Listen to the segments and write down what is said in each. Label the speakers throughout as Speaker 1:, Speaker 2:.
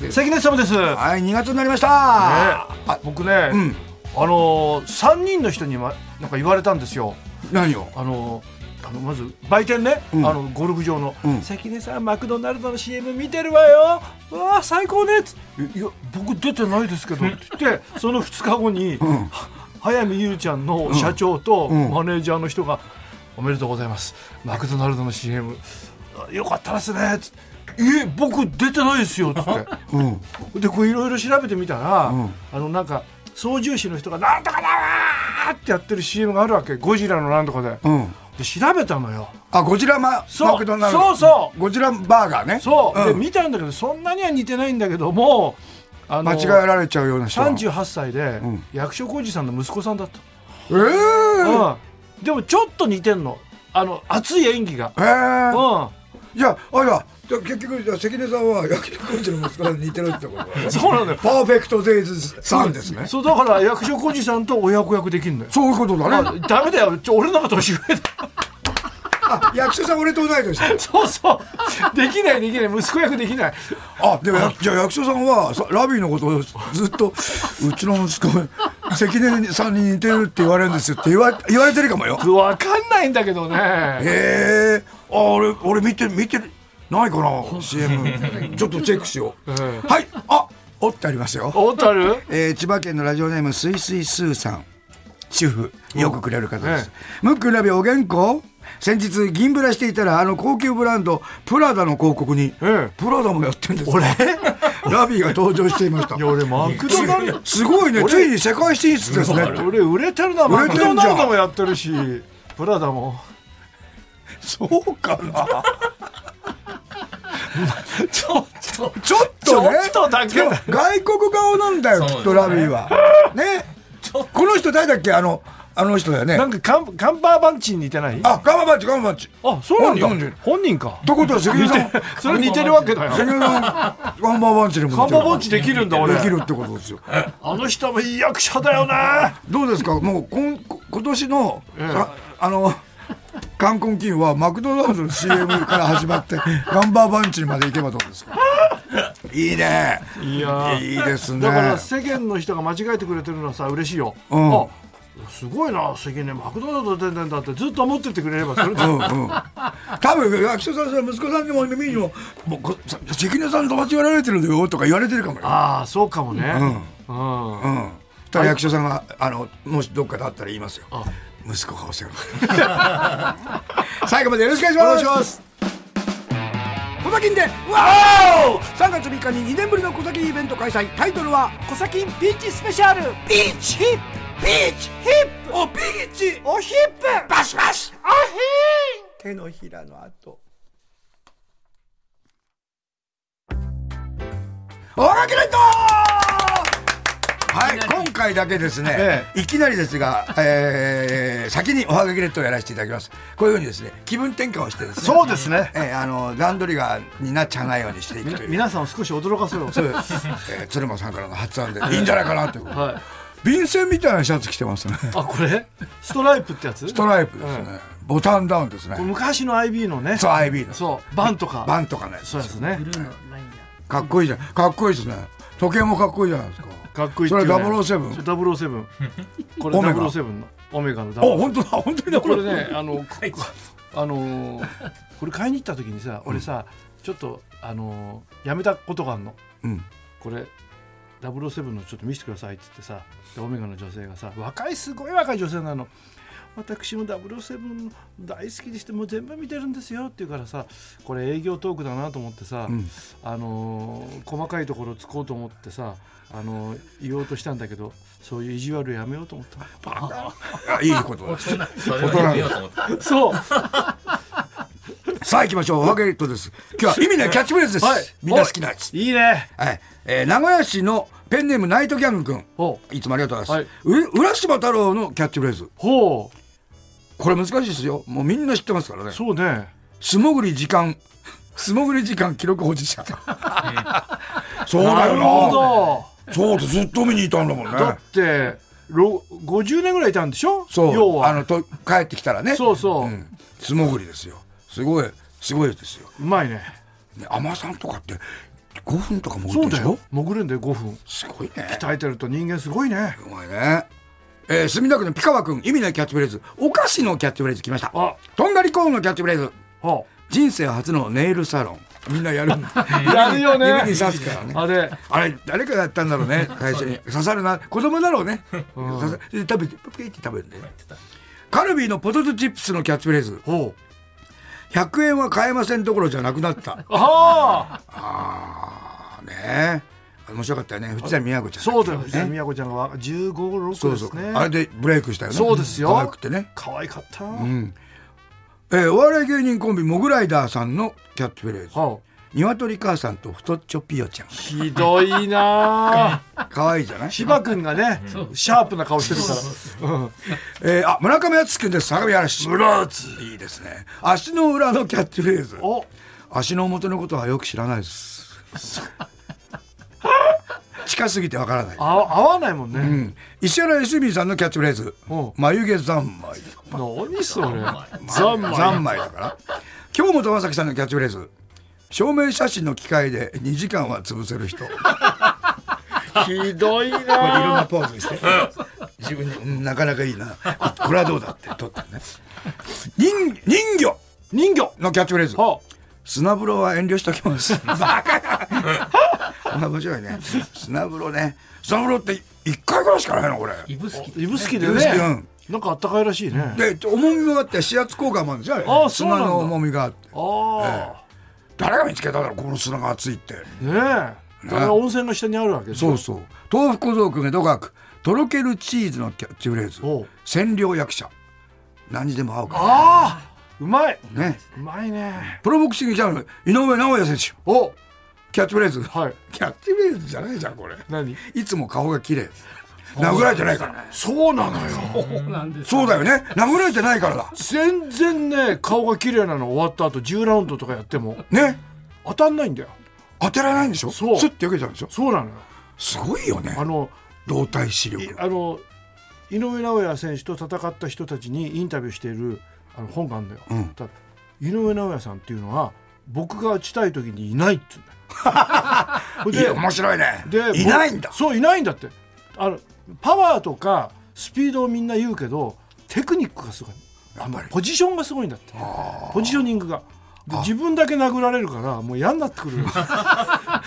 Speaker 1: です
Speaker 2: 関根様です、
Speaker 1: はい2月になりました、
Speaker 2: ね、僕ね、
Speaker 1: うん
Speaker 2: あのー、3人の人に、ま、なんか言われたんですよ
Speaker 1: 何を
Speaker 2: あのーあのまず売店ね、
Speaker 1: うん
Speaker 2: あのゴルフ場の、
Speaker 1: うん
Speaker 2: 関根さんマクドナルドの CM 見てるわようわあ最高ねっつっていや僕出てないですけどって言ってその2日後に、
Speaker 1: ん
Speaker 2: は早見優ちゃんの社長と
Speaker 1: んうん
Speaker 2: マネージャーの人が「おめでとうございますマクドナルドの CM あよかったですね」っつって「え僕出てないですよ」っつって。
Speaker 1: うん
Speaker 2: でこういろいろ調べてみたら、
Speaker 1: うん
Speaker 2: あのなんか操縦士の人が「なんとかだわ!」ってやってる CM があるわけゴジラのなんとかで,、
Speaker 1: うん
Speaker 2: で調べたのよ
Speaker 1: あゴジラマ
Speaker 2: そう
Speaker 1: マクドナルド
Speaker 2: そうそ
Speaker 1: ゴジラバーガーね
Speaker 2: そう、
Speaker 1: ん
Speaker 2: で見たんだけどそんなには似てないんだけどもあ
Speaker 1: 間違えられちゃうような人が
Speaker 2: 38歳で、
Speaker 1: ん
Speaker 2: 役所広司さんの息子さんだった、
Speaker 1: えー
Speaker 2: うんでもちょっと似てんのあの熱い演技が、
Speaker 1: えー
Speaker 2: う
Speaker 1: じゃああいやじゃあ結局じゃあ関根さんは役所広司の息子さんに似てるってこと
Speaker 2: ん、そうなんだよ
Speaker 1: パーフェクトデイズさんですね
Speaker 2: そうだから役所広司さんと親子役できるのよ
Speaker 1: そういうことだね
Speaker 2: あダメだよちょ俺の方が年上だ
Speaker 1: あ役所さん俺と同い年だ
Speaker 2: そうそう。できないできない。息子役できない。
Speaker 1: あでもやじゃあ役所さんはさラビーのことをずっ と「うちの息子関根さんに似てるって言われるんですよ」って言わ言われてるかもよ
Speaker 2: わかんないんだけどね。
Speaker 1: へえあ俺俺見て見てないかな CM ちょっとチェックしよう、
Speaker 2: え
Speaker 1: はいあおってありますよ、
Speaker 2: 小樽
Speaker 1: えー千葉県のラジオネームすいすいすーさん主婦よくくれる方です
Speaker 2: え、
Speaker 1: ムックラビおげんこ先日銀ブラしていたらあの高級ブランドプラダの広告に、
Speaker 2: ええ
Speaker 1: プラダもやってるんですか
Speaker 2: 俺
Speaker 1: ラビーが登場していました
Speaker 2: いや、俺、マクドナルド。
Speaker 1: すごいねついに世界進出ですね
Speaker 2: 俺、売れてるな。マ
Speaker 1: 売れ
Speaker 2: ク
Speaker 1: てんじゃん
Speaker 2: ドナルドもやってるし、プラダも。
Speaker 1: そうかな
Speaker 2: ちょっと。
Speaker 1: ちょっとね
Speaker 2: ちょっとだけだ
Speaker 1: でも外国顔なんだよ
Speaker 3: そう
Speaker 1: き
Speaker 3: ですね
Speaker 1: っとラビーはねこの人誰だっけあのあの人だよね
Speaker 2: なんかカン、カンバーバンチに似てないあ
Speaker 1: あガマバッチガマバッチ
Speaker 2: そうなん
Speaker 1: 本人
Speaker 2: だ。本人か。
Speaker 1: ということは関根さん関
Speaker 2: それ似てるわけだよ。
Speaker 1: 根さんガンバーバンチにも
Speaker 2: カンバーバン
Speaker 1: チ
Speaker 2: チできるんだ、俺
Speaker 1: で。きるってことですよ
Speaker 2: あの人もいい役者だよね。
Speaker 1: どうですかもうこん今年のああの冠婚金はマクドナルドの CM から始まってガンバーバンチにまで行けばどうですかいいね
Speaker 2: いやー
Speaker 1: いいですね
Speaker 2: だから世間の人が間違えてくれてるのはさ嬉しいよ、
Speaker 1: うん
Speaker 2: あすごいな関根マクドナルド出てんだってずっと思っててくれればそれで、
Speaker 1: うんうん多分役所さんそれ息子さんにも耳にも「もうこさ関根さんと間違えられてるのよ」とか言われてるかもよ。
Speaker 2: ああそうかもねうん、
Speaker 1: うん、ただ役所さんがあのもしどっかで会ったら言いますよ息子がお世話になる 最後までよろしくお願いします小崎でわお3月3日に2年ぶりの小崎イベント開催タイトルは
Speaker 2: 小崎ピーチスペシャルピーチヒップピーチヒップおピーチおヒップバシバシおヒー
Speaker 1: 手のひらの跡おはがきレッドはい今回だけですね、
Speaker 2: え
Speaker 1: いきなりですが、えー先におはがきレッドをやらせていただきますこういうふうにですね気分転換をしてですね
Speaker 2: そうですね
Speaker 1: えーあの段取りがになっちゃわないようにしていくという
Speaker 2: 皆さんを少し驚かせよう
Speaker 1: そういう、えー鶴間さんからの発案でいいんじゃないかなということで、
Speaker 2: はい
Speaker 1: 便箋みたいなシャツ着てますね
Speaker 2: あこれストライプってやつ
Speaker 1: ストライプですね、ボタンダウンですね
Speaker 2: これ昔の IB のね
Speaker 1: そう IB の
Speaker 2: そうバンとか
Speaker 1: バンとかね
Speaker 2: そうですね
Speaker 1: かっこいいじゃんかっこいいですね時計もかっこいいじゃないですか
Speaker 2: かっこいい
Speaker 1: それ
Speaker 2: っていうね
Speaker 1: 007
Speaker 2: それ007これ
Speaker 1: オメガ
Speaker 2: 007のオメガの
Speaker 1: あ本当だ本当にだ
Speaker 2: これねあのこあのーこれ買いに行った時にさ俺さちょっとあのーやめたことがあるの
Speaker 1: うん
Speaker 2: これ007のちょっと見せてくださいって言ってさでオメガの女性がさ若いすごい若い女性なの私も007の大好きでしてもう全部見てるんですよって言うからさこれ営業トークだなと思ってさ、
Speaker 1: ん
Speaker 2: あのー細かいところをつこうと思ってさ、あのー言おうとしたんだけどそういう意地悪やめようと思った
Speaker 1: あいいことだ
Speaker 3: それはやめようと思って
Speaker 2: そう
Speaker 1: さあ行きましょうワゲットです今日は意味ないキャッチフレーズです、
Speaker 2: はい
Speaker 1: みんな好きなやつ
Speaker 2: いいね
Speaker 1: はい、えー、名古屋市のペンネームナイトギャング君
Speaker 2: ほ
Speaker 1: いつもありがとうございます、う浦島太郎のキャッチフレーズ
Speaker 2: うほう
Speaker 1: これ難しいですよもうみんな知ってますからね
Speaker 2: そうね
Speaker 1: 素潜り時間 素潜り時間記録保持 者そうだ
Speaker 2: るほ
Speaker 1: よ
Speaker 2: ど
Speaker 1: なそうだずっと見にいたんだもんね
Speaker 2: だってろ50年ぐらいいたんでしょ
Speaker 1: そう
Speaker 2: 要は
Speaker 1: あのと帰ってきたらね
Speaker 2: そうそう、う
Speaker 1: うん素潜りですよすごいすごいですよ、
Speaker 2: まいね
Speaker 1: ね、海女さんとかって5分とか潜って
Speaker 2: そ
Speaker 1: るで
Speaker 2: うだ
Speaker 1: し
Speaker 2: よ
Speaker 1: ょ
Speaker 2: 潜るんだよ5分
Speaker 1: すごいね
Speaker 2: 鍛えてると人間すごいね
Speaker 1: うまいね。えー、墨田区のピカワ君、意味ないキャッチフレーズ、お菓子のキャッチフレーズ来ました。
Speaker 2: あ
Speaker 1: とんがりコーンのキャッチフレーズ、
Speaker 2: あ
Speaker 1: 人生初のネイルサロン。みんなやる。
Speaker 2: やるよね
Speaker 1: 指に刺すからね。
Speaker 2: あれ
Speaker 1: あれ、誰かがやったんだろう ね、最初に。刺さるな。子供だろうね。刺さで食べて、パピーって食べるんで。カルビーのポテトチップスのキャッチフレーズ、
Speaker 2: ほう
Speaker 1: 100円は買えませんどころじゃなくな った。
Speaker 2: ああ
Speaker 1: あーねえ。面白かったよね。藤谷美和子ちゃん。
Speaker 2: そうだよ藤井美和子ちゃんが15、6
Speaker 1: そ
Speaker 2: で
Speaker 1: うそう
Speaker 2: す。ね
Speaker 1: あれでブレイクしたよね。
Speaker 2: そうですよ
Speaker 1: 可愛くてね。
Speaker 2: 可愛かった、
Speaker 1: えー、お笑い芸人コンビモグライダーさんのキャッチフレーズ
Speaker 2: は
Speaker 1: 「鶏母さんと太っちょピヨちゃん
Speaker 2: あ、ひどいなあ」
Speaker 1: 可愛いじゃない、
Speaker 2: 芝君がねシャープな顔してるから
Speaker 1: えーあ村上敦君です相模原市
Speaker 2: 村津
Speaker 1: いいですね足の裏のキャッチフレーズ
Speaker 2: お
Speaker 1: 足の表のことはよく知らないです 近すぎてわからない、
Speaker 2: あ合わないもんね、
Speaker 1: うん、石原良純さんのキャッチフレーズ
Speaker 2: おう
Speaker 1: 「眉毛三昧」
Speaker 2: 何それ
Speaker 1: 三昧三昧だから京本正樹さんのキャッチフレーズ証明写真の機械で2時間は潰せる人
Speaker 2: ひどい
Speaker 1: これいろん
Speaker 2: な
Speaker 1: なポーズして自分にうんなかなかいいなここれはどうだって撮ったね人人魚
Speaker 2: 人魚
Speaker 1: のキャッチフレーズ
Speaker 2: は
Speaker 1: 砂風呂は遠慮しときます バカだ面白いね砂風呂ね砂風呂って1回ぐらいしかないのこれ
Speaker 3: イブスキ
Speaker 2: あ、指宿で
Speaker 1: 指宿う
Speaker 2: ね
Speaker 1: ん
Speaker 2: なんかあったかいらしいねあ
Speaker 1: で重みもあって指圧効果もあるんじゃん
Speaker 2: あそうな
Speaker 1: 砂
Speaker 2: んだ
Speaker 1: の重みがあって
Speaker 2: あ、
Speaker 1: 誰が見つけたんだろうこの砂が熱いって
Speaker 2: ねえだから温泉の下にあるわけです
Speaker 1: そうそう豆腐小僧くん江戸川区とろけるチーズのキャッチフレーズ
Speaker 2: おう
Speaker 1: 千両役者何にでも合うか
Speaker 2: ああうまい
Speaker 1: らね
Speaker 2: うまいね
Speaker 1: プロボクシングチャンピオン井上尚弥選手
Speaker 2: お
Speaker 1: キャッチフレーズ、
Speaker 2: はい
Speaker 1: キャッチフレーズじゃないじゃんこれ
Speaker 2: 何
Speaker 1: いつも顔が綺麗殴られてないから
Speaker 2: そうなのよ
Speaker 3: そうなんです
Speaker 1: そうだよね殴られてないからだ
Speaker 2: 全然ね顔が綺麗なの終わった後10ラウンドとかやっても
Speaker 1: ね
Speaker 2: 当たんないんだよ
Speaker 1: 当てられないんでしょ
Speaker 2: そう
Speaker 1: スッて受けちゃうんでしょ
Speaker 2: そうなのよ
Speaker 1: すごいよね
Speaker 2: あの
Speaker 1: 動体視
Speaker 2: い
Speaker 1: 力
Speaker 2: あの井上尚弥選手と戦った人たちにインタビューしているあの本があるんだよ、
Speaker 1: うん
Speaker 2: だ井上尚弥さんっていうのは僕が打ちたい時にいないっつ うん
Speaker 1: いや
Speaker 2: だよ
Speaker 1: 面白いね
Speaker 2: でで
Speaker 1: いないんだ
Speaker 2: ぼそういないんだってあのパワーとかスピードをみんな言うけどテクニックがすごい
Speaker 1: やっぱり
Speaker 2: ポジションがすごいんだってポジショニングがで自分だけ殴られるからもう嫌になっ てくる
Speaker 1: あ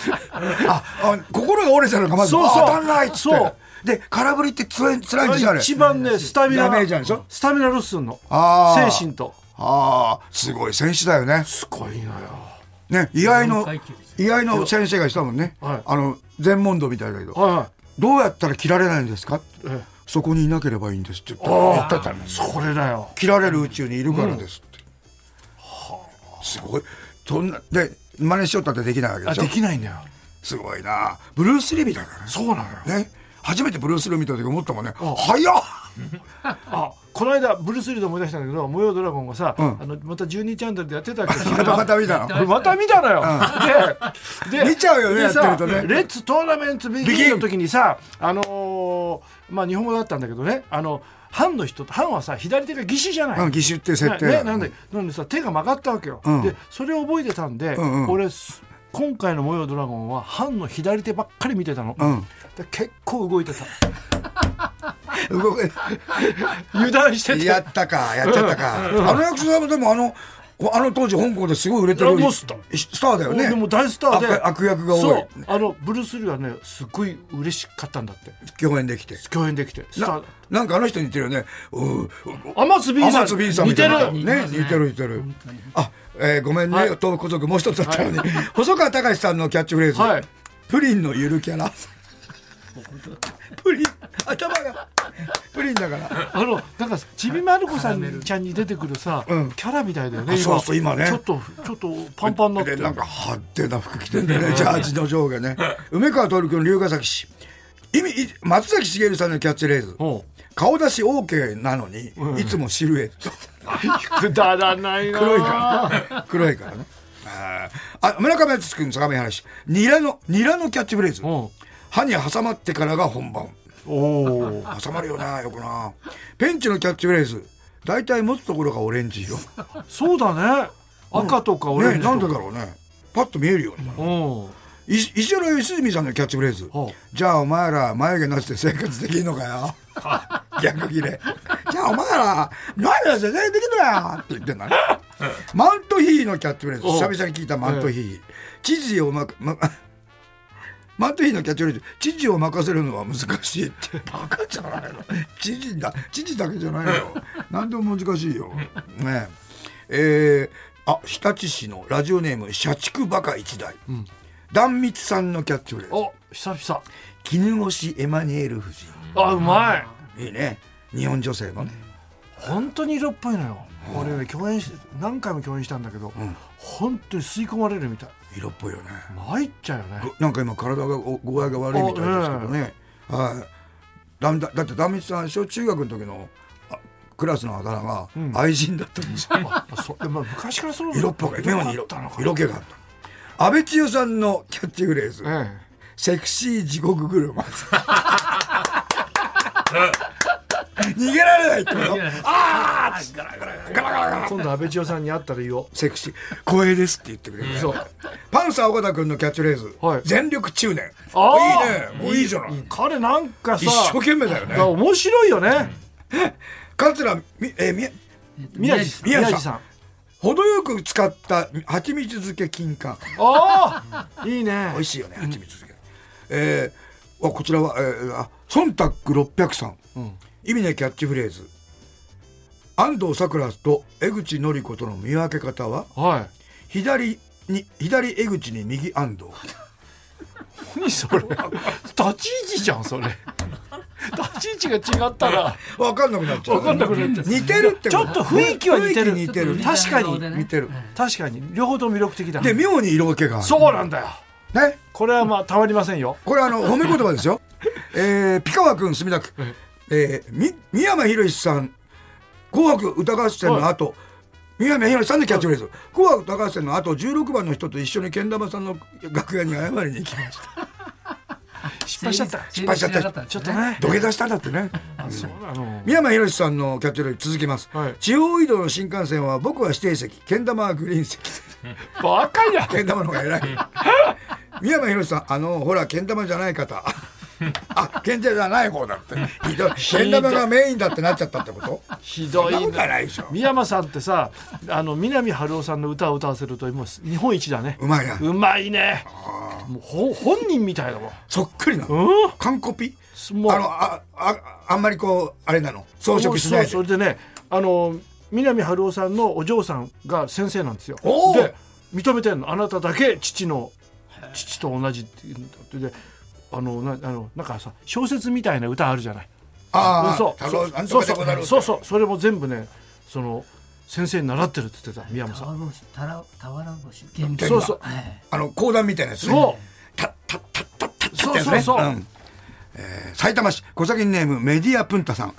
Speaker 1: あ心が折れちゃうのかまず
Speaker 2: そうそう
Speaker 1: あ当たんないっつっ
Speaker 2: そう
Speaker 1: てで空振りってつらいつらいんでしょあれ
Speaker 2: 一番ねスタミナ
Speaker 1: ダメー
Speaker 2: が
Speaker 1: ジあるでしょ
Speaker 2: スタミナロスすんの
Speaker 1: あー
Speaker 2: 精神と
Speaker 1: ああすごい選手だよね
Speaker 2: すごいのよ
Speaker 1: ね居合の
Speaker 3: 階級です
Speaker 1: 居合の先生がしたもんね、
Speaker 2: はい
Speaker 1: あの全問答みたいだけど
Speaker 2: はいはい
Speaker 1: どうやったら切られないんですか
Speaker 2: ええ
Speaker 1: そこにいなければいいんですって言
Speaker 2: あ
Speaker 1: っ
Speaker 2: あ
Speaker 1: て言ってたの
Speaker 2: それだよ
Speaker 1: 切られる宇宙にいるからですって、すごいそんなで真似しよったってできないわけでしょ
Speaker 2: ないんだよ
Speaker 1: すごいなブルース・リーみたいだね
Speaker 2: そうなのよ
Speaker 1: ね初めてブルース・リー見た時思ったもんね
Speaker 2: あ
Speaker 1: 早っ
Speaker 2: あこの間ブルース・リーで思い出したんだけど「模様ドラゴン」がさ、あのまた12チャンネルでやってたけど
Speaker 1: またまた見 たの
Speaker 2: 俺また見たのよ、でで
Speaker 1: 見ちゃうよね
Speaker 2: でさ
Speaker 1: やってるとね
Speaker 2: レッツトーナメントビギンの時にさあのーまあ日本語だったんだけどねあの藩の人藩はさ左手が義手じゃない、
Speaker 1: うん義手って設定
Speaker 2: ね
Speaker 1: だ
Speaker 2: ねなんでなんでさ手が曲がったわけよ、
Speaker 1: ん
Speaker 2: でそれを覚えてたんで、
Speaker 1: んうん
Speaker 2: 俺す今回の「模様ドラゴン」は藩の左手ばっかり見てたの、
Speaker 1: うん
Speaker 2: で結構動いてた
Speaker 1: 動 け
Speaker 2: 油断してて
Speaker 1: やったかやっちゃったかあの役者さんもでもあのあの当時香港ですごい売れてる
Speaker 2: いやもうスター
Speaker 1: スターだよね
Speaker 2: でも大スターで
Speaker 1: 悪悪役が多い
Speaker 2: そうあのブルース・リーはねすごい嬉しかったんだって
Speaker 1: 共演できて
Speaker 2: 共演できてスター
Speaker 1: ななんかあの人に似てるよねうう
Speaker 2: 天津 B さ
Speaker 1: 天
Speaker 2: ん
Speaker 1: 津 B さんみ
Speaker 2: 似
Speaker 1: た
Speaker 2: て
Speaker 1: いな
Speaker 2: る
Speaker 1: ね似てる似てるあ、えーごめんね、
Speaker 2: はい
Speaker 1: 東北族もう一つだったのに、細川隆さんのキャッチフレーズ、
Speaker 2: はい
Speaker 1: プリンのゆるキャラプリン頭がプリンだから
Speaker 2: あのなんかちびまる子さんちゃんに出てくるさ、
Speaker 1: うん
Speaker 2: キャラみたいだよね
Speaker 1: あそうそう今ね
Speaker 2: ちょっとちょっとパンパンになって
Speaker 1: で
Speaker 2: る
Speaker 1: なんか派手な服着てんだよねジャージの上下ね梅川徹君龍ヶ崎市意味い松崎しげるさんのキャッチフレーズ
Speaker 2: おう
Speaker 1: 顔出し OK なのに、いつもシルエット
Speaker 2: くだらないな
Speaker 1: 黒いから黒いからねあーあ村上敦君相模原市ニラのニラのキャッチフレーズ
Speaker 2: おう
Speaker 1: 歯に挟まってからが本番
Speaker 2: おお
Speaker 1: 挟まるよなよくなペンチのキャッチフレーズ大体持つところがオレンジ色
Speaker 2: そうだね赤とかオレ
Speaker 1: ね
Speaker 2: ンジと
Speaker 1: な
Speaker 2: か、
Speaker 1: んでだろうねパッと見えるように
Speaker 2: おう
Speaker 1: い一応の良純さんのキャッチフレーズ
Speaker 2: ほう
Speaker 1: じゃあお前ら眉毛なしで生活できんのか よ逆切れじゃあお前ら眉毛なしで生活できんのかよって言ってんだねマントヒーのキャッチフレーズ
Speaker 2: おう
Speaker 1: 久々に聞いたマントヒー知事をまく、ま、マントヒーのキャッチフレーズ知事を任せるのは難しいってバカじゃないの知事だ知事だけじゃないよ何でも難しいよねええーあ日立市のラジオネーム社畜バカ一台、壇蜜さんのキャッチフレーズ
Speaker 2: お久々
Speaker 1: 絹越しエマニュエル夫人
Speaker 2: あうまい
Speaker 1: いいね日本女性のね
Speaker 2: 本当に色っぽいのよ俺ね共演し何回も共演したんだけど、本当に吸い込まれるみたい
Speaker 1: 色っぽいよね
Speaker 2: 参っちゃうよね
Speaker 1: ごなんか今体がご具合が悪いみたいですけどね。はい。だんだだってダミさん小中学の時のあクラスのあだ名が愛人だったん ですよ。
Speaker 2: あそでも昔からそう
Speaker 1: 色っぽく
Speaker 2: 色
Speaker 1: 妙に
Speaker 2: っぽかっ
Speaker 1: 色
Speaker 2: たのか
Speaker 1: 色気があった。安倍千代さんのキャッチフレーズ、
Speaker 2: ええ
Speaker 1: セクシー地獄車。逃げられないってこと。ああーっつってガラガラガラガラガラ。
Speaker 2: 今度安倍千代さんに会ったら言おう
Speaker 1: セクシー光栄ですって言ってくれる、
Speaker 2: そう
Speaker 1: パンサー尾形君のキャッチフレーズ、
Speaker 2: はい
Speaker 1: 全力中年
Speaker 2: あ
Speaker 1: いいねもういいじゃない
Speaker 2: 彼なんかさ
Speaker 1: 一生懸命だよね
Speaker 2: だから面白いよね
Speaker 1: 桂みえーみ
Speaker 2: 宮地
Speaker 1: 宮地さん
Speaker 2: 宮地さん
Speaker 1: 程よく使った蜂蜜漬け金柑
Speaker 2: ああいいね
Speaker 1: 美味しいよね蜂蜜漬け、えーあこちらは、えー、あ忖度600さん、意味ないキャッチフレーズ安藤サクラと江口のり子との見分け方は
Speaker 2: は
Speaker 1: 左に左江口に右安藤
Speaker 2: い何それ立ち位置じゃんそれ立ち位置が違ったら
Speaker 1: 分かんなくなっちゃう
Speaker 2: 分かんなくなっちゃう
Speaker 1: 似てるって
Speaker 2: ちょ
Speaker 1: こ
Speaker 2: っと雰囲気は似てる
Speaker 1: 雰囲気似てる
Speaker 2: 確かに
Speaker 1: 似てる
Speaker 2: 確かに両方とも魅力的だ
Speaker 1: で妙に色気がある
Speaker 2: そうなんだよ
Speaker 1: ね
Speaker 2: これはまあたまりませんよ
Speaker 1: これあの褒め言葉です よえー、ピカワ君墨田区、えー、み三山ひろしさん「紅白歌合戦」の後、三山ひろしさんのキャッチフレーズ「紅白歌合戦」の後16番の人と一緒にけん玉さんの楽屋に謝りに行きま した
Speaker 2: 失敗しちゃった
Speaker 1: 失敗しちゃった
Speaker 2: ちょっとね
Speaker 1: 土下座したんだって ね
Speaker 2: そうなの
Speaker 1: 三山ひろしさんのキャッチフレーズ続きます、
Speaker 2: はい
Speaker 1: 地方移動の新幹線は僕は指定席けん玉はグリーン席
Speaker 2: バカや
Speaker 1: けん玉の方が偉い三山ひろしさんあのほらけん玉じゃない方あけん玉じゃない方だってひどいけん玉がメインだってなっちゃったってこと
Speaker 2: ひど
Speaker 1: そんないことは
Speaker 2: な
Speaker 1: ないでしょ
Speaker 2: 三山さんってさあの南春夫さんの歌を歌わせるともう日本一だね
Speaker 1: うまいな
Speaker 2: うまいねもうほ本人みたいだもん
Speaker 1: そっくりな
Speaker 2: うん
Speaker 1: 完コピ
Speaker 2: す
Speaker 1: あ
Speaker 2: もう
Speaker 1: のあああんまりこうあれなの装飾しないで
Speaker 2: そうそれでねあの南春夫さんのお嬢さんが先生なんですよ
Speaker 1: おー
Speaker 2: で認めてんのあなただけ父の父と同じっていうんだってであのなあのなんかさ小説みたいな歌あるじゃない
Speaker 1: ああ
Speaker 2: そう
Speaker 1: 太郎なんと
Speaker 2: そう
Speaker 1: かで
Speaker 2: そ
Speaker 1: ござる
Speaker 2: うそうそうそれも全部ねその先生に習ってるって言ってた宮本さん
Speaker 4: たらたわらぼし原
Speaker 1: 原
Speaker 4: 点
Speaker 2: そうそう
Speaker 4: はい
Speaker 1: あの講談みたいなやつね
Speaker 2: そう
Speaker 1: たたたたたた
Speaker 2: そ
Speaker 1: っ
Speaker 2: う
Speaker 1: てやつね
Speaker 2: そうそうん
Speaker 1: えー埼玉市小崎ネームメディアプンタさん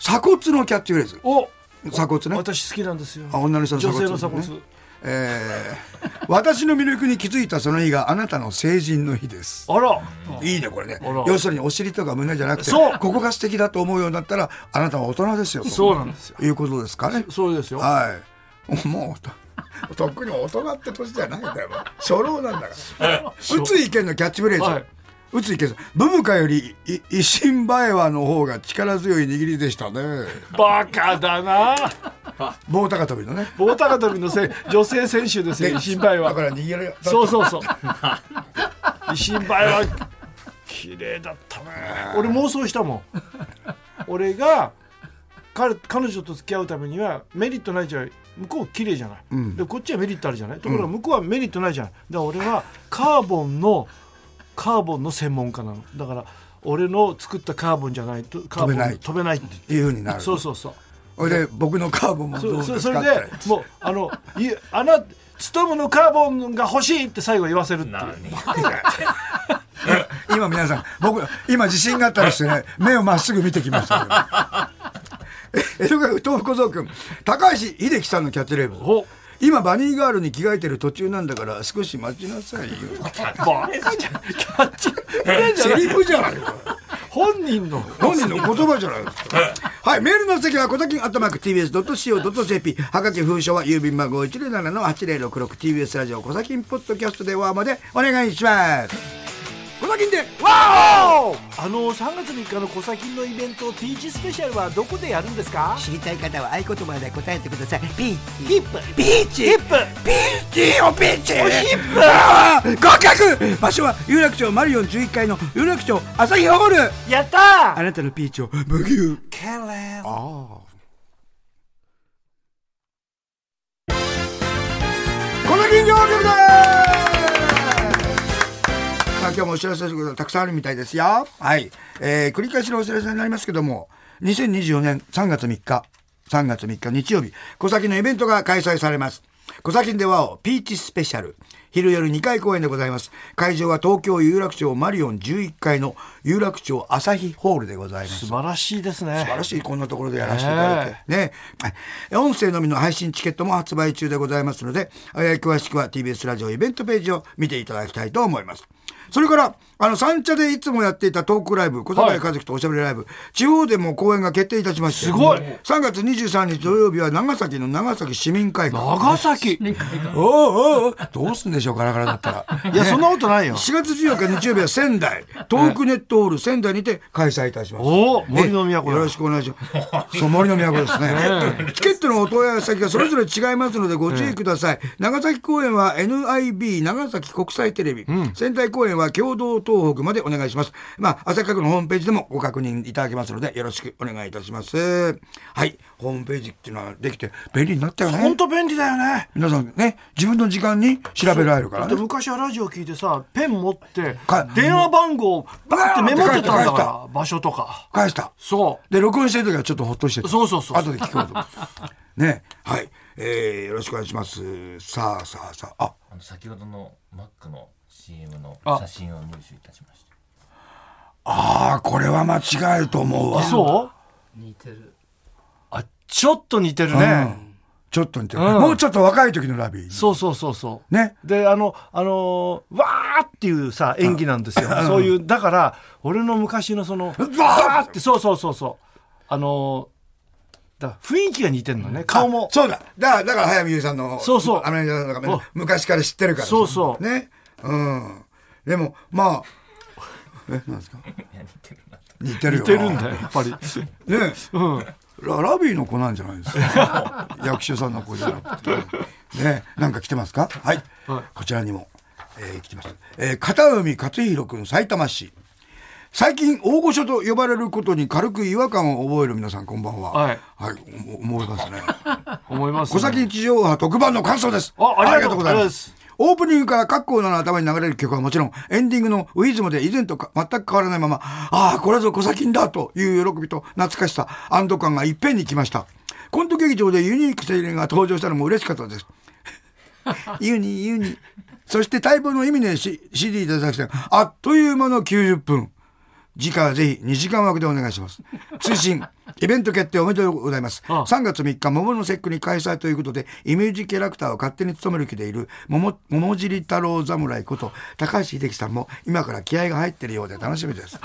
Speaker 1: 鎖骨のキャッチフレーズ
Speaker 2: お
Speaker 1: 鎖骨ね
Speaker 2: 私好きなんですよ
Speaker 1: あ女の人の鎖
Speaker 2: 女
Speaker 1: 骨
Speaker 2: 性の鎖骨
Speaker 1: ねえー私の魅力に気づいたその日があなたの成人の日です。
Speaker 2: あら
Speaker 1: いいねこれね
Speaker 2: あら。
Speaker 1: 要するにお尻とか胸じゃなくて、
Speaker 2: そう
Speaker 1: ここが素敵だと思うようになったらあなたは大人ですよ。と
Speaker 2: そうなんですよ
Speaker 1: いうことですかね。
Speaker 2: そうですよ
Speaker 1: はい。もうと とっくに大人って年じゃないんだよ。初老なんだから。宇津井健のキャッチフレーズ。
Speaker 2: はい
Speaker 1: 宇津井健さん、ブブカよりい維新バエワの方が力強い握りでしたね。
Speaker 2: バカだな
Speaker 1: 棒高跳びのね。
Speaker 2: 棒高跳びのせい女性選手ですよ心配は
Speaker 1: だから逃げる。
Speaker 2: そうそう そう。維新杯は綺麗だったね。俺妄想したもん。俺が彼彼女と付き合うためにはメリットないじゃん。向こう綺麗じゃない、でこっちはメリットあるじゃないところが向こうはメリットないじゃない、だから俺はカーボンのカーボンの専門家なのだから俺の作ったカーボンじゃないとカー
Speaker 1: 飛
Speaker 2: ボン
Speaker 1: べない
Speaker 2: 飛べないって
Speaker 1: いうふうになる。
Speaker 2: そうそうそう
Speaker 1: それで僕のカーブもどう
Speaker 2: そ
Speaker 1: です
Speaker 2: そ
Speaker 1: か
Speaker 2: それ
Speaker 1: っ
Speaker 2: で
Speaker 1: て
Speaker 2: もうあのいあな勤むのカーボンが欲しいって最後言わせるっていう
Speaker 1: 今皆さん僕今自信があったらしてね目をまっすぐ見てきましたけどえ江戸川区東福小僧君高橋秀樹さんのキャッチレーブ
Speaker 2: お
Speaker 1: 今バニーガールに着替えてる途中なんだから少し待ちなさいよ
Speaker 2: バカじゃんキャッチフレーズじゃ
Speaker 1: セ
Speaker 2: ない
Speaker 1: リフじゃないよ
Speaker 2: 本人の
Speaker 1: 本人の言葉じゃないですかはい、メールの席は、小崎アットマーク TBS.CO.JP。はがき封書は、郵便番号 107-8066TBS ラジオ、小崎ポッドキャストではまでお願いします。小崎で、ワオ
Speaker 2: あの3月3日の小崎のイベントピーチスペシャルはどこでやるんですか
Speaker 4: 知りたい方は合言葉で答えてくださいピーチ
Speaker 2: ヒップ
Speaker 1: ピーチ
Speaker 2: ヒップ
Speaker 1: ピーチおピーチ
Speaker 2: ヒップ
Speaker 1: あー合格場所は、有楽町マリオン11階の有楽町朝日ホール
Speaker 2: やったー
Speaker 1: あなたのピーチを無牛キャレンこの銀行局ですさあ今日もお知らせすることがたくさんあるみたいですよはい、えー繰り返しのお知らせになりますけども2024年3月3日3月3日日曜日小崎のイベントが開催されます小崎ではピーチスペシャル昼夜2回公演でございます会場は東京有楽町マリオン11階の有楽町朝日ホールでございます
Speaker 2: 素晴らしいですね
Speaker 1: 素晴らしいこんなところでやらせていただいてねえ音声のみの配信チケットも発売中でございますので、えー詳しくは TBS ラジオイベントページを見ていただきたいと思いますそれからあの三茶でいつもやっていたトークライブ小坂井和樹とおしゃべりライブ、地方でも公演が決定いたしましてす
Speaker 2: ごい
Speaker 1: 3月23日土曜日は長崎の長崎市民会館
Speaker 2: 長崎い
Speaker 1: おうおうおうどうすんでしょうガラガラだったら
Speaker 2: やそんなことないよ
Speaker 1: 4月14日日曜日は仙台、トークネットホール仙台にて開催いたします。
Speaker 2: おお森の都だ
Speaker 1: えよろしくお願いします。そう、森の都です ね。チケットのお問い合わせ先がそれぞれ違いますのでご注意ください。長崎公演は NIB 長崎国際テレビ、仙台公演は共同東北までお願いします。まあ、朝各のホームページでもご確認いただけますのでよろしくお願いいたします。はい、ホームページっていうのはできて便利になったよね。
Speaker 2: 本当便利だよね
Speaker 1: 皆さんね、自分の時間に調べられるから
Speaker 2: だって
Speaker 1: ね。
Speaker 2: 昔はラジオ聞いてさペン持って
Speaker 1: か
Speaker 2: 電話番号をバーってメモってたん
Speaker 1: 書
Speaker 2: だ
Speaker 1: いた
Speaker 2: から場所とか
Speaker 1: 返した。
Speaker 2: そ
Speaker 1: で、録音してる時はちょっとほっとしてた
Speaker 2: そうそうそう
Speaker 1: 後で聞こうと思って。 ね。はい。えー、よろしくお願いします。さあさあさあ。あ、
Speaker 3: あの先ほどのマックの CM の
Speaker 2: あ
Speaker 3: 写真を入手いたしました。
Speaker 1: あーこれは間違えると思う
Speaker 2: う
Speaker 1: わ。
Speaker 2: そう
Speaker 4: 似てる
Speaker 2: あちょっと似てる
Speaker 1: う
Speaker 2: ね、
Speaker 1: ん。ちょっと似てる。
Speaker 2: うん
Speaker 1: もうちょっと若い時のラビー。
Speaker 2: そうそうそうそう。
Speaker 1: ね
Speaker 2: で、あの、あのーわーっていうさ、演技なんですよ。そういう、だから、俺の昔のその、わーって、そうそうそうそう。あのーだ雰囲気が似てんのね、顔も
Speaker 1: あ。そうだ。だから、だから早見優さんの、
Speaker 2: そうそう
Speaker 1: アメリカの中
Speaker 2: お
Speaker 1: で昔から知ってるからさ。
Speaker 2: そうそう
Speaker 1: ね。うん。でも、まあ、え、なんですか
Speaker 3: いや似てるなと。
Speaker 1: 似てるよ
Speaker 2: 似
Speaker 1: な。
Speaker 2: てるんだよ、やっぱり。
Speaker 1: ね
Speaker 2: うん。
Speaker 1: ララビーの子なんじゃないです か役所さんの子じゃなくてねなんか来てますかはい、
Speaker 2: はい
Speaker 1: こちらにも、えー来てます、えー片海克弘君埼玉市最近大御所と呼ばれることに軽く違和感を覚える皆さんこんばんは
Speaker 2: はい、
Speaker 1: はい、お思いますね
Speaker 2: 思います、
Speaker 1: 小崎地上波特番の感想です
Speaker 2: あありがとうございます
Speaker 1: オープニングから各コーナーの頭に流れる曲はもちろん、エンディングのウィズムで以前とか全く変わらないまま、ああ、これぞ小崎んだという喜びと懐かしさ、安堵感がいっぺんに来ました。コント劇場でユニーク青年が登場したのも嬉しかったです。 ユニユニ。そして待望の意味ね C- CD いただきたい。あっという間の90分。次回はぜひ2時間枠でお願いします。追伸、イベント決定おめでとうございます。
Speaker 2: ああ
Speaker 1: 3月3日、桃の節句に開催ということで、イメージキャラクターを勝手に務める気でいる、桃、桃尻太郎侍こと、高橋秀樹さんも、今から気合が入ってるようで楽しみ です。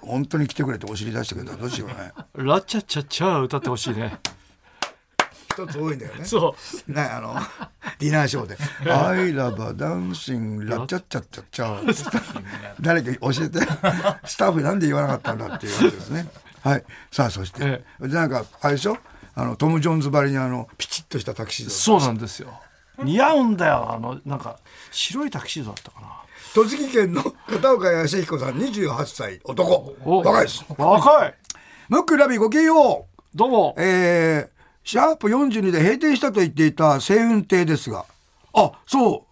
Speaker 1: 本当に来てくれてお尻出してくれたらどうしようね。
Speaker 2: ラチャチャチャ歌ってほしいね。
Speaker 1: 一つ多いんだよね。
Speaker 2: そ
Speaker 1: ね、あの、ディナーショーで、I love dancing, ラチャチャチャチャ。誰か教えて、スタッフなんで言わなかったんだっていう話ですね。はい。さあ、そして、
Speaker 2: え
Speaker 1: でなんか、あれでしょあの、トム・ジョーンズばりにあの、ピチッとしたタキシー
Speaker 2: う。
Speaker 1: ド。
Speaker 2: そうなんですよ。似合うんだよ。あの、なんか、白いタキシードだったかな。
Speaker 1: 栃木県の片岡康彦さん、28歳、男。
Speaker 2: お
Speaker 1: 若いです。
Speaker 2: 若い
Speaker 1: ムックラビごきげんよう。
Speaker 2: どうも。
Speaker 1: えーシャープ42で閉店したと言っていた星雲亭ですが、あ、そ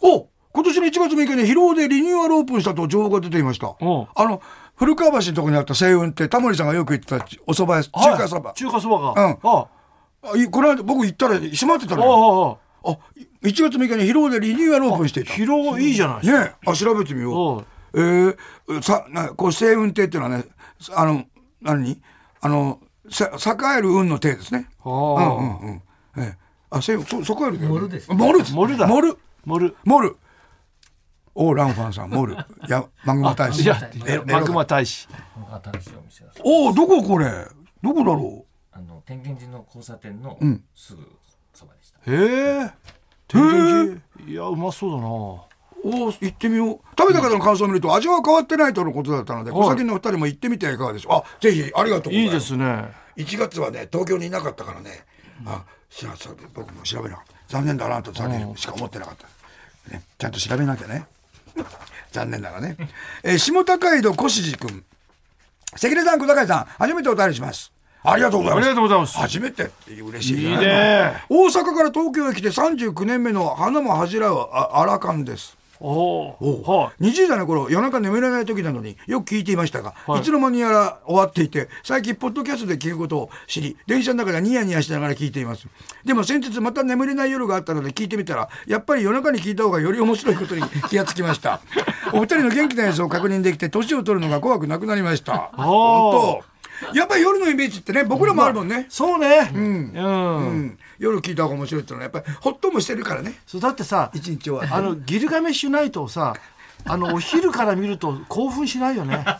Speaker 1: う。お今年の1月3日に広尾でリニューアルオープンしたと情報が出ていました。
Speaker 2: うん
Speaker 1: あの、古川橋のところにあった星雲亭、タモリさんがよく行ってたお蕎麦屋、
Speaker 2: はい
Speaker 1: 中華そば。
Speaker 2: 中華そば
Speaker 1: う
Speaker 2: が
Speaker 1: ん。
Speaker 2: あ
Speaker 1: あいこの間僕行ったら閉まってた
Speaker 2: あ
Speaker 1: のよ。
Speaker 2: ああ
Speaker 1: あ、い1月3日に広尾でリニューアルオープンしていた。ね
Speaker 2: 疲労いいじゃないですか。
Speaker 1: え、あ、調べてみよう。えーさ、な、こう星雲亭っていうのはね、あの、何あの、さ栄える運の亭ですね。
Speaker 2: あ
Speaker 1: う
Speaker 2: あ
Speaker 1: んうん。ええ、あ、せよ、そ、そこよりだよね。
Speaker 4: モルです
Speaker 1: モルです。
Speaker 2: モルだ
Speaker 1: モル。
Speaker 2: 盛る。
Speaker 1: モル。オーランファンさんモル やマグマ大使
Speaker 2: いや
Speaker 1: エロエ
Speaker 2: マ
Speaker 1: ロ
Speaker 2: グマ大使
Speaker 3: 新しいお店だそう
Speaker 1: おおどここれどこだろ
Speaker 3: あの天元寺の交差点のすぐそばでした、
Speaker 2: へえ天然いやうまそうだな
Speaker 1: うおお行ってみよう食べた方の感想を見ると味は変わってないとのことだったので
Speaker 2: はい
Speaker 1: 小崎のお二人も行ってみてはいかがでしょうあぜひありがとうござい
Speaker 2: い
Speaker 1: ま
Speaker 2: いですね
Speaker 1: 1月はね東京にいなかったからね、あ知らそう僕も調べなかった残念だなとだけしか思ってなかった、ね、ちゃんと調べなきゃね 残念ながらね、えー下高井戸小志く君関根さん小高井さん初めてお便りしますありがとうございます
Speaker 2: ありがとうございます
Speaker 1: 初めてって嬉しい
Speaker 2: い
Speaker 1: じ
Speaker 2: い
Speaker 1: ゃない
Speaker 2: ね
Speaker 1: 大阪から東京へ来て39年目の花も恥じらうあらかんです
Speaker 2: おおは
Speaker 1: 20代の頃夜中眠れない時なのによく聞いていましたが、
Speaker 2: はい
Speaker 1: い、つの間にやら終わっていて最近ポッドキャストで聞くことを知り電車の中でニヤニヤしながら聞いていますでも先日また眠れない夜があったので聞いてみたらやっぱり夜中に聞いた方がより面白いことに気がつきました お二人の元気な様子を確認できて年を取るのが怖くなくなりました
Speaker 2: ー
Speaker 1: 本当やっぱり夜のイメージってね僕らもあるもんね
Speaker 2: い、そうねうん、
Speaker 1: うん、夜聞いた方が面白いってのはやっぱりほっともしてるからね
Speaker 2: そうだってさ
Speaker 1: 一日終わって
Speaker 2: あのギルガメッシュナイトをさあのお昼から見ると興奮しないよね
Speaker 1: や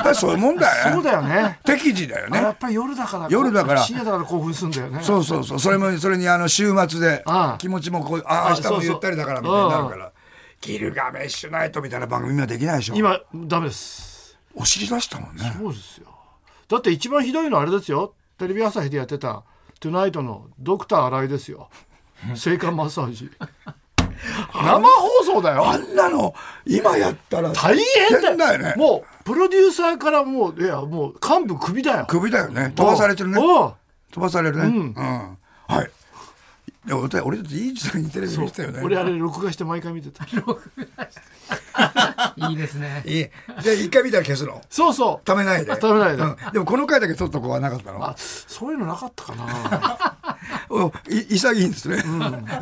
Speaker 1: っぱりそういうもんだよ
Speaker 2: そうだよね
Speaker 1: 適時だよ
Speaker 2: あ
Speaker 1: ね
Speaker 2: やっぱり夜だから
Speaker 1: 夜だから
Speaker 2: 深夜だから興奮するんだよね
Speaker 1: そうそうそうそれもそれにあの週末で
Speaker 2: ああ
Speaker 1: 気持ちもこうああ
Speaker 2: あ
Speaker 1: 明日もゆったりだからみ
Speaker 2: そ
Speaker 1: た
Speaker 2: う
Speaker 1: い
Speaker 2: そう
Speaker 1: になるからギルガメッシュナイトみたいな番組はできないでしょ
Speaker 2: 今ダメです
Speaker 1: お尻出したもんね
Speaker 2: そうですよだって一番ひどいのはあれですよテレビ朝日でやってた「トゥナイトのドクター新井ですよ性感マッサー ジ生放送だよ
Speaker 1: あんなの今やったら
Speaker 2: 大変だ
Speaker 1: だ
Speaker 2: よ
Speaker 1: よね
Speaker 2: もうプロデューサーからもういやもう幹部クビだよ
Speaker 1: 首だよね飛ばされてるね
Speaker 2: おう
Speaker 1: 飛ばされるねうん、はいでも俺俺たちいい時代にテレビ見てたよね
Speaker 2: 俺あれ録画して毎回見てた
Speaker 4: いいですね。
Speaker 1: いいで一回見たら消すの
Speaker 2: そうそう
Speaker 1: ためないで
Speaker 2: ためないで
Speaker 1: うん、でもこの回だけ撮っとこうはなかったの
Speaker 2: あそういうのなかったかな
Speaker 1: おい潔いんですね、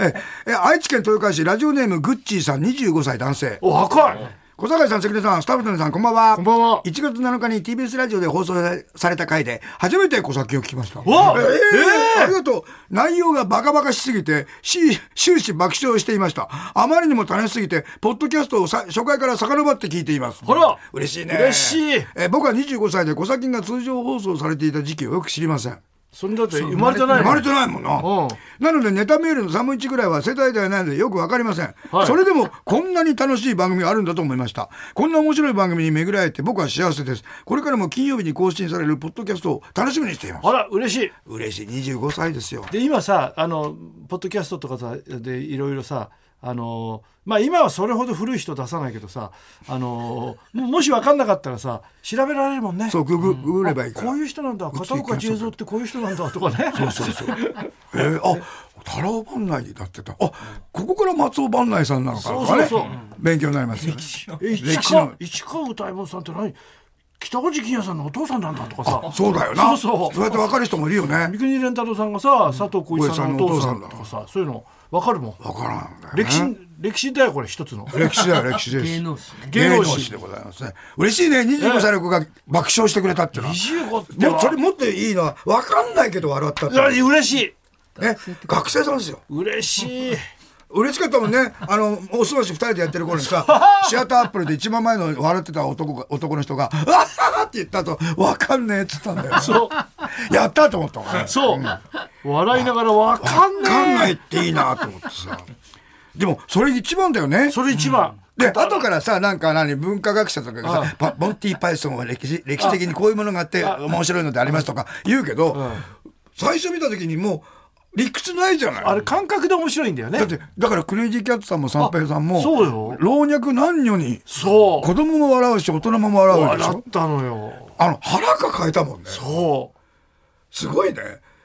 Speaker 1: ええ愛知県豊川市ラジオネームグッチーさん25歳男性
Speaker 2: お若い
Speaker 1: 小坂井さん、関根さん、スタッフの皆さん、こんばんは。
Speaker 2: こんばんは
Speaker 1: 1月7日に TBS ラジオで放送された回で、初めて小崎を聞きました。
Speaker 2: わ
Speaker 1: えー
Speaker 2: えー
Speaker 1: ありがとう。内容がバカバカしすぎて、し終始爆笑していました。あまりにも楽しすぎて、ポッドキャストをさ初回から遡って聞いています。
Speaker 2: あら
Speaker 1: 嬉しいね。
Speaker 2: 嬉しい
Speaker 1: えー僕は25歳で小崎が通常放送されていた時期をよく知りません。
Speaker 2: それだって生まれてな
Speaker 1: 生
Speaker 2: いの
Speaker 1: まれてないもんな、
Speaker 2: うん
Speaker 1: なのでネタメールのサムイチぐらいは世帯ではないのでよくわかりません、
Speaker 2: はい
Speaker 1: それでもこんなに楽しい番組があるんだと思いましたこんな面白い番組に巡り合えて僕は幸せですこれからも金曜日に更新されるポッドキャストを楽しみにしています
Speaker 2: あら嬉しい
Speaker 1: 嬉しい25歳ですよ
Speaker 2: で今さあのポッドキャストとかさでいろいろさあのまあ今はそれほど古い人出さないけどさあのももし分かんなかったらさ調べられるもんね
Speaker 1: そうググググればいいから
Speaker 2: こういう人なんだ片岡十三ってこういう人なんだとかね
Speaker 1: そうそうそうえー、あ太郎番内になってたあここから松尾番内さんなのかなとかね
Speaker 2: そうそうそう
Speaker 1: 勉強になりますよね
Speaker 2: え市
Speaker 1: 歴史の
Speaker 2: 川市川歌右衛門さんって何北口金也さんのお父さんなんだとかさ
Speaker 1: そうだよな
Speaker 2: そうそう
Speaker 1: そうやってわかる人もいるよね
Speaker 2: 三国連太郎さんがさ佐藤浩市さんのお父さんとかさそういうの分かるもん
Speaker 1: わからんだよね
Speaker 2: 歴史歴史だよこれ一つの
Speaker 1: 歴 史だよ歴史です
Speaker 4: 芸能史ね。
Speaker 1: 芸
Speaker 2: 芸
Speaker 1: 能
Speaker 2: 能
Speaker 1: 史
Speaker 2: 史
Speaker 1: でございますね嬉しいね25歳の子が爆笑してくれたっていうのは
Speaker 2: 25っ
Speaker 1: もうそれ
Speaker 2: い
Speaker 1: もっといいのは分かんないけど笑ったって
Speaker 2: や
Speaker 1: いう
Speaker 2: 嬉しい
Speaker 1: ね学生さんですよ
Speaker 2: 嬉しい
Speaker 1: 嬉しかったもんねあのおすまし2人でやってる頃に さシアターアップルで一番前の笑ってた男が男の人 が「あっはって言った後分かんねえ」っつったんだよ
Speaker 2: そう
Speaker 1: やったと思ったもんね
Speaker 2: そう笑いながらわかん
Speaker 1: 分かん
Speaker 2: な
Speaker 1: ないいっていいなと思ってさでもそれ一番だよね
Speaker 2: それ一番
Speaker 1: で、後からさ、なんか何、文化学者とかがさ、パボンティ・パイソンは歴史歴史的にこういうものがあって、面白いのでありますとか言うけど、最初見た時にもう、理屈ないじゃない。
Speaker 2: あれ感覚で面白いんだよね
Speaker 1: だって、だからクレイジーキャッツさんも三平さんも、
Speaker 2: あそうよ
Speaker 1: 老若男女に、
Speaker 2: そ
Speaker 1: 子供も笑うし、大人も
Speaker 2: う
Speaker 1: 笑うでし
Speaker 2: 笑
Speaker 1: ょ
Speaker 2: ったのよ
Speaker 1: あの、腹抱えたもんね。
Speaker 2: そう
Speaker 1: すごいね。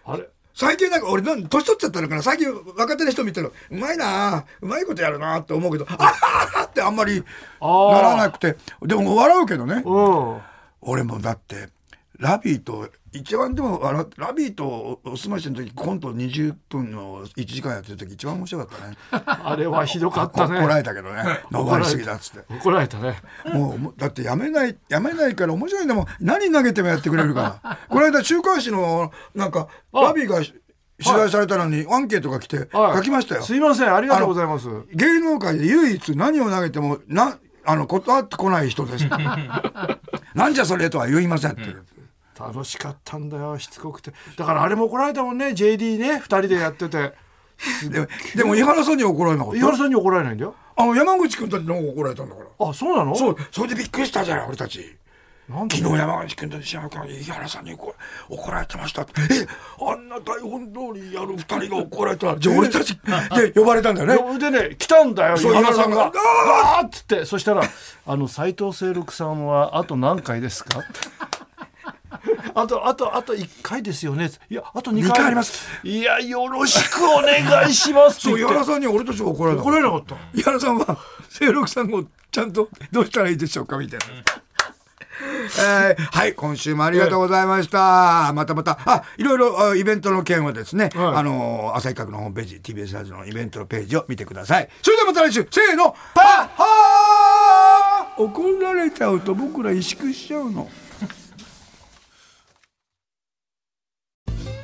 Speaker 2: あれ
Speaker 1: 最近なんか俺なん年取っちゃったのかな最近若手の人見てるうまいなあうまいことやるなあって思うけどあははってあんまり
Speaker 2: あー
Speaker 1: ならなくてでも笑うけどね
Speaker 2: うん
Speaker 1: 俺もだってラビーと一番でもあのラビーとおすましの時コント20分の1時間やってる時一番面白かったね
Speaker 2: あれはひどかった
Speaker 1: こ怒ら
Speaker 2: ね
Speaker 1: れたけどね登りすぎだっつって
Speaker 2: 怒られたね
Speaker 1: もうもうだってやめないやめないから面白いん だもん何投げてもやってくれるからこの間週刊誌のなんかラビーが取材されたのにアンケートが来て
Speaker 2: はい
Speaker 1: 書きましたよ
Speaker 2: すいませんありがとうございます
Speaker 1: 芸能界で唯一何を投げてもなあの断ってこない人 ですなんじゃそれとは言いませんって
Speaker 2: 楽しかったんだよしつこくてだからあれも怒られたもんね JD ね2人でやってて
Speaker 1: ででも井原さんには怒られなかっ
Speaker 2: 伊原
Speaker 1: た
Speaker 2: さんに怒られないんだよ
Speaker 1: あの山口君たちの方が怒られたんだから
Speaker 2: あそうなの
Speaker 1: そうそれでびっくりしたじゃない俺たち
Speaker 2: なんで
Speaker 1: 昨日山口君と西山君が井原さんに怒怒られてましたってえあんな台本通りやる二人が怒られたじゃあ俺たちで呼ばれたんだよね
Speaker 2: よでね来たんだよ伊
Speaker 1: そう
Speaker 2: 原さんが
Speaker 1: 井原さんが
Speaker 2: 「あーっつってそしたら「あの斎藤清六さんはあと何回で すか?」あとあとあと1回ですよね」いやあと2回
Speaker 1: 二回あります
Speaker 2: いやよろしくお願いします」
Speaker 1: そ
Speaker 2: っ
Speaker 1: う
Speaker 2: て
Speaker 1: 井
Speaker 2: 言って
Speaker 1: 原さんには俺たちが怒られた
Speaker 2: 怒られなかった
Speaker 1: 井原さんは清六さんをちゃんとどうしたらいいでしょうかみたいな。えーはい今週もありがとうございました、またまたあいろいろあイベントの件はですね、
Speaker 2: はい
Speaker 1: あのー朝日閣のホームページ TBS ラジオのイベントのページを見てくださいそれではまた来週せーのパッハー怒られちゃうと僕ら萎縮しちゃうの